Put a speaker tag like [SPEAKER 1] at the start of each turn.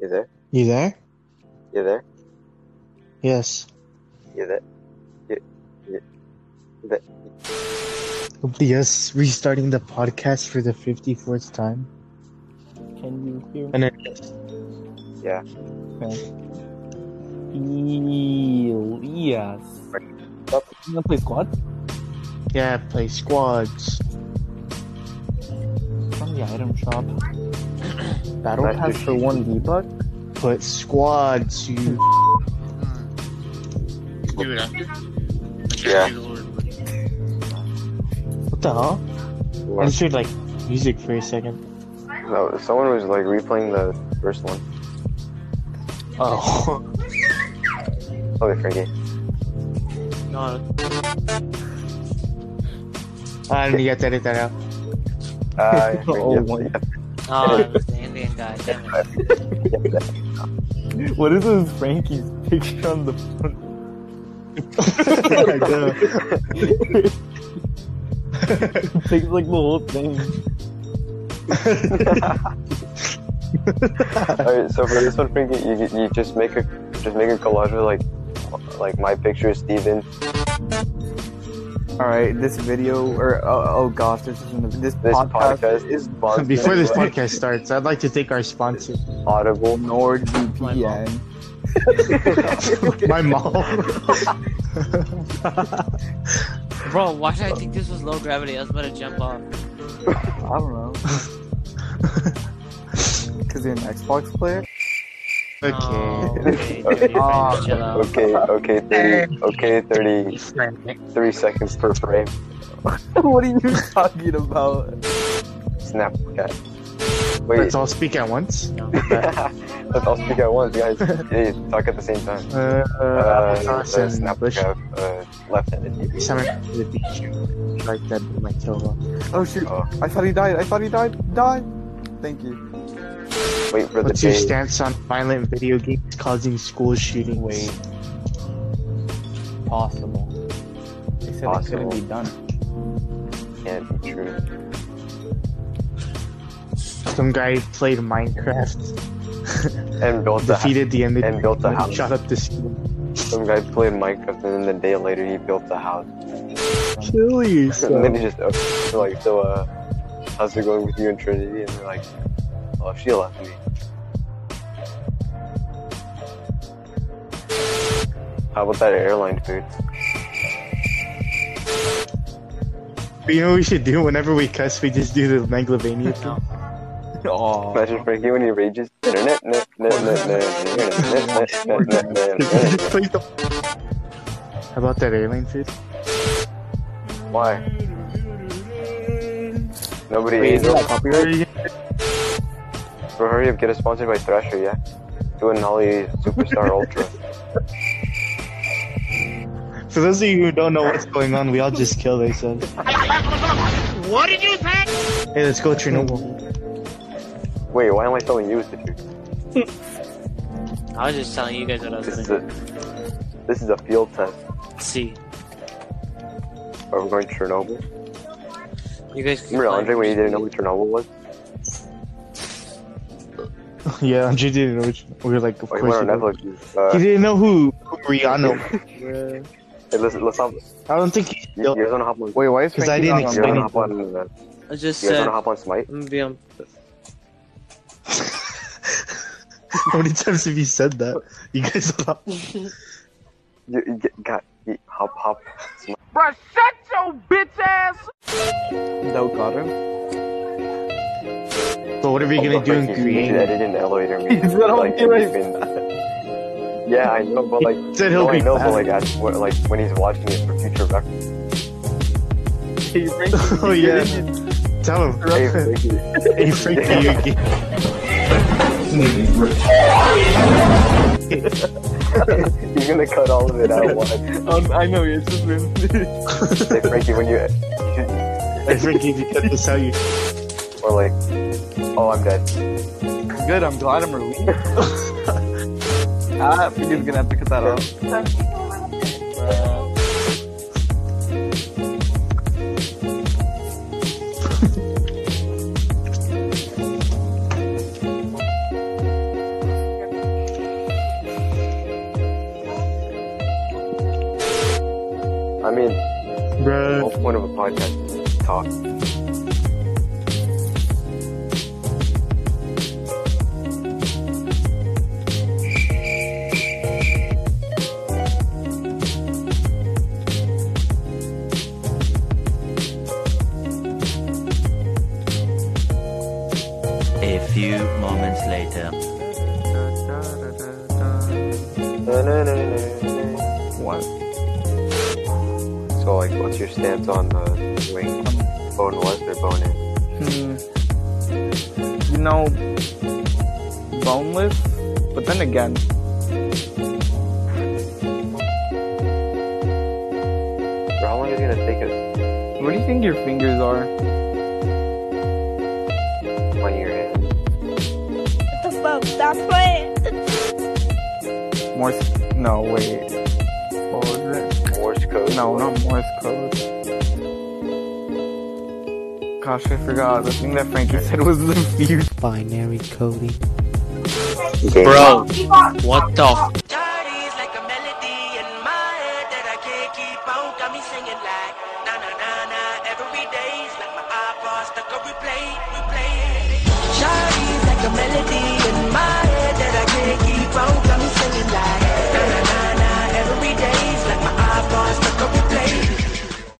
[SPEAKER 1] You there?
[SPEAKER 2] You there?
[SPEAKER 1] You there?
[SPEAKER 2] Yes.
[SPEAKER 1] You there?
[SPEAKER 2] Yes, restarting the podcast for the 54th time.
[SPEAKER 3] Can you hear me?
[SPEAKER 2] And then just
[SPEAKER 3] Ew, yes.
[SPEAKER 1] Stop.
[SPEAKER 3] You wanna play squad?
[SPEAKER 2] yeah, play squads,
[SPEAKER 3] From the item shop. Battle
[SPEAKER 1] Nice
[SPEAKER 3] pass
[SPEAKER 1] to
[SPEAKER 3] for
[SPEAKER 1] see
[SPEAKER 3] one V buck.
[SPEAKER 2] put squads. You
[SPEAKER 4] do it after. Like,
[SPEAKER 1] Yeah.
[SPEAKER 4] after the Lord.
[SPEAKER 2] what the hell? I just heard like music for a second.
[SPEAKER 1] No, someone was like replaying the first one.
[SPEAKER 2] Oh
[SPEAKER 1] Oh, they forget.
[SPEAKER 2] no! I
[SPEAKER 1] Ah,
[SPEAKER 2] don't need to edit that out.
[SPEAKER 1] Uh, yeah,
[SPEAKER 3] Oh,
[SPEAKER 1] yeah,
[SPEAKER 3] my-
[SPEAKER 1] yeah,
[SPEAKER 5] Oh, it was the Indian guy. Damn it.
[SPEAKER 1] yeah, yeah.
[SPEAKER 3] What is this Frankie's picture on the front?
[SPEAKER 2] I know.
[SPEAKER 3] It takes like the whole thing.
[SPEAKER 1] All right, so for this one, Frankie, you, you just make a just make a collage with like like my picture, Steven.
[SPEAKER 3] All right, this video or oh, oh gosh, this isn't this,
[SPEAKER 1] This
[SPEAKER 3] podcast,
[SPEAKER 1] podcast
[SPEAKER 3] is
[SPEAKER 1] Bonds,
[SPEAKER 2] Before this
[SPEAKER 1] like,
[SPEAKER 2] podcast starts, I'd like to thank our sponsor,
[SPEAKER 1] Audible.
[SPEAKER 3] NordVPN.
[SPEAKER 2] my mom.
[SPEAKER 5] Bro, why did I think this was low gravity? I was about to jump off.
[SPEAKER 3] I don't know. Cause you're an Xbox player.
[SPEAKER 5] Oh,
[SPEAKER 2] Okay.
[SPEAKER 5] okay, dude,
[SPEAKER 3] Oh,
[SPEAKER 5] chill out.
[SPEAKER 1] Okay, okay, thirty, okay, thirty, three seconds per frame.
[SPEAKER 3] what are you talking about?
[SPEAKER 1] Snap. Okay. Wait,
[SPEAKER 2] Let's all speak at once.
[SPEAKER 1] let's all speak at once, guys. Yeah, you talk at the same time.
[SPEAKER 2] Uh, uh, applesauce
[SPEAKER 1] uh,
[SPEAKER 2] and
[SPEAKER 1] snap.
[SPEAKER 2] bush.
[SPEAKER 1] cap, Uh, left-handed. DP.
[SPEAKER 2] Summer to the beach. Like that, my kill.
[SPEAKER 3] Oh shoot!
[SPEAKER 1] Oh.
[SPEAKER 3] I thought he died. I thought he died. Die. Thank you.
[SPEAKER 1] Wait for
[SPEAKER 2] What's
[SPEAKER 1] the
[SPEAKER 2] your
[SPEAKER 1] day.
[SPEAKER 2] stance on violent video games causing school shootings?
[SPEAKER 3] Wait. Possible. They said it
[SPEAKER 1] Possible.
[SPEAKER 3] couldn't be done.
[SPEAKER 1] Can't be true.
[SPEAKER 2] Some guy played Minecraft,
[SPEAKER 1] And built a house.
[SPEAKER 2] defeated the enemy,
[SPEAKER 1] And built a house.
[SPEAKER 2] shot up the school.
[SPEAKER 1] Some guy played Minecraft, and then the day later he built a house.
[SPEAKER 2] Kill
[SPEAKER 1] And then
[SPEAKER 2] yourself.
[SPEAKER 1] he just uh, like, so uh, how's it going with you and Trinity? And they're like, oh, she left me. How about that airline food?
[SPEAKER 2] But you know what we should do? Whenever we cuss, we just do the Megalovania thing.
[SPEAKER 5] No.
[SPEAKER 3] Oh.
[SPEAKER 1] Imagine Frankie when he rages. Internet, net, net, net, net, net, net, net, net, net, net.
[SPEAKER 2] Please don't. How about that alien food?
[SPEAKER 1] Why? Nobody
[SPEAKER 2] Wait,
[SPEAKER 1] ate
[SPEAKER 2] is that
[SPEAKER 1] it.
[SPEAKER 2] copyright?
[SPEAKER 1] Bro, hurry up, get us sponsored by Thrasher, yeah? Doing Holly Superstar Ultra.
[SPEAKER 2] For those of you who don't know what's going on, we all just killed ourselves.
[SPEAKER 4] What did you say?
[SPEAKER 2] Hey, let's go Chernobyl.
[SPEAKER 1] Wait, why am I telling you the truth?
[SPEAKER 5] I was just telling you guys what I was
[SPEAKER 1] This
[SPEAKER 5] going
[SPEAKER 1] is
[SPEAKER 5] to
[SPEAKER 1] a this is a field test.
[SPEAKER 5] see.
[SPEAKER 1] Are we going to Chernobyl?
[SPEAKER 5] You guys can
[SPEAKER 1] Remember Andre when you didn't know
[SPEAKER 5] find-
[SPEAKER 1] what Chernobyl was?
[SPEAKER 2] yeah, Andrew didn't know. Which, we were like, of
[SPEAKER 1] Oh,
[SPEAKER 2] course.
[SPEAKER 1] you went
[SPEAKER 2] you
[SPEAKER 1] on
[SPEAKER 2] know.
[SPEAKER 1] Netflix. Uh,
[SPEAKER 2] He didn't know who, who Rihanna. was.
[SPEAKER 1] hey, listen, let's hop.
[SPEAKER 2] I don't think he.
[SPEAKER 1] You, you guys wanna hop on?
[SPEAKER 3] Wait, why is
[SPEAKER 2] 'Cause I
[SPEAKER 3] Frankie
[SPEAKER 2] didn't
[SPEAKER 3] not on
[SPEAKER 1] You guys
[SPEAKER 2] explain
[SPEAKER 1] wanna
[SPEAKER 3] that?
[SPEAKER 2] it.
[SPEAKER 1] hop on? Uh,
[SPEAKER 5] I just
[SPEAKER 1] you guys
[SPEAKER 5] said,
[SPEAKER 1] wanna
[SPEAKER 5] I'm
[SPEAKER 1] hop on Smite?
[SPEAKER 5] going to be on.
[SPEAKER 2] How many times have you said that? You guys are not-
[SPEAKER 1] You, you get, got you, hop hop. Smite.
[SPEAKER 4] Bruh, shut your bitch ass
[SPEAKER 3] That got him.
[SPEAKER 2] But what are we gonna
[SPEAKER 1] Also,
[SPEAKER 2] do in
[SPEAKER 1] Frankie, You should
[SPEAKER 2] Korea?
[SPEAKER 1] edit in the elevator. music,
[SPEAKER 3] He's gonna
[SPEAKER 1] like,
[SPEAKER 3] be right
[SPEAKER 1] even- Yeah, I know, but like,
[SPEAKER 2] He said he'll
[SPEAKER 1] no, I
[SPEAKER 2] be
[SPEAKER 1] know, but
[SPEAKER 2] back.
[SPEAKER 1] like, as, what, like when he's watching it for future reference.
[SPEAKER 3] Hey, Frankie,
[SPEAKER 2] Oh yeah. Tell him.
[SPEAKER 1] Hey, Frankie.
[SPEAKER 2] Hey, Frankie, you again.
[SPEAKER 1] He's gonna cut all of it out. Once.
[SPEAKER 3] Um, I know it's just him.
[SPEAKER 1] Hey, Frankie, when you,
[SPEAKER 2] Hey, Frankie, if you cut this out, you.
[SPEAKER 1] or like, oh, I'm dead.
[SPEAKER 3] Good. I'm glad I'm relieved. ah, Frankie's gonna have to cut that off.
[SPEAKER 1] I mean, the whole
[SPEAKER 2] Bro.
[SPEAKER 1] point of a podcast is to talk.
[SPEAKER 6] A few moments later.
[SPEAKER 3] What?
[SPEAKER 1] So, like, what's your stance on the wing? Bone Lesnar, bone in.
[SPEAKER 3] Hmm. You know, boneless. But then again,
[SPEAKER 1] Bro, how long is it gonna take us?
[SPEAKER 3] what do you think your fingers are?
[SPEAKER 1] One year in.
[SPEAKER 7] the fuck? Stop playing.
[SPEAKER 3] Morse? No, wait. What was it?
[SPEAKER 1] Morse code.
[SPEAKER 3] No, not Morse code. Gosh, I forgot. The thing that Frankie said was the future.
[SPEAKER 2] Binary coding.
[SPEAKER 1] Bro.
[SPEAKER 5] What the